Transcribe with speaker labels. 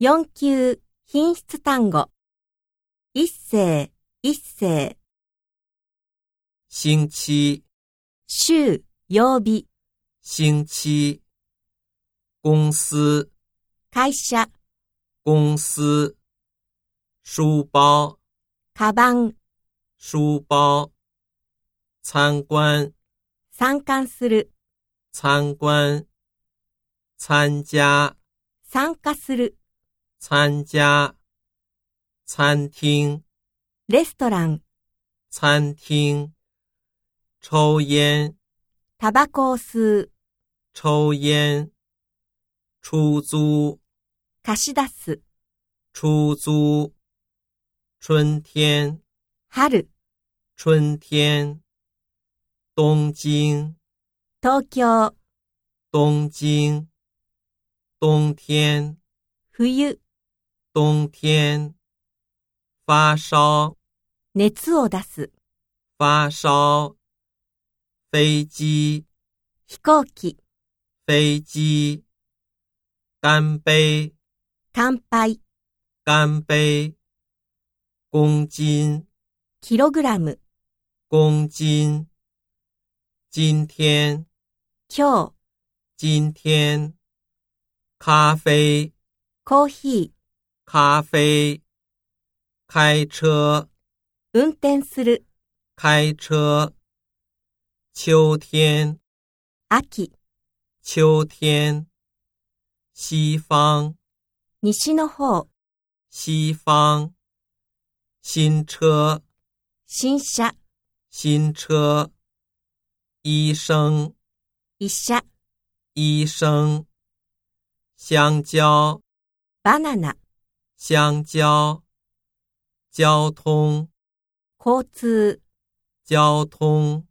Speaker 1: 4級品質単語。一世、一世、
Speaker 2: 星期、
Speaker 1: 週、曜日、
Speaker 2: 星期。公司、
Speaker 1: 会社、
Speaker 2: 公司。书包、
Speaker 1: カバン、
Speaker 2: 书包。参观、
Speaker 1: 参観する、
Speaker 2: 参观。参加、
Speaker 1: 参加する、
Speaker 2: 参加。餐厅、
Speaker 1: レストラン、
Speaker 2: 餐厅。抽烟、
Speaker 1: タバコを吸う、
Speaker 2: 抽烟。出租、
Speaker 1: 貸し出す、
Speaker 2: 出租。春天、
Speaker 1: 春、
Speaker 2: 春天。东京、
Speaker 1: 東京、
Speaker 2: 东京。冬天、
Speaker 1: 冬、
Speaker 2: 冬天。发烧、
Speaker 1: 熱を出す、
Speaker 2: 发烧。飞机、
Speaker 1: 飛行機、
Speaker 2: 飞机。干杯、
Speaker 1: 乾杯、
Speaker 2: 干杯。公斤、
Speaker 1: キログラム、
Speaker 2: 公斤。今天、
Speaker 1: 今日、
Speaker 2: 今天。咖啡、
Speaker 1: コーヒー、
Speaker 2: 咖啡。开车、
Speaker 1: 運転する、
Speaker 2: 开车。秋天、
Speaker 1: 秋、
Speaker 2: 秋天。西方、
Speaker 1: 西の方、
Speaker 2: 西方。新车、
Speaker 1: 新車、
Speaker 2: 新车。医生、
Speaker 1: 医者、
Speaker 2: 医生。香蕉，
Speaker 1: バナナ、
Speaker 2: 香蕉。交通，
Speaker 1: 交通、
Speaker 2: 交通。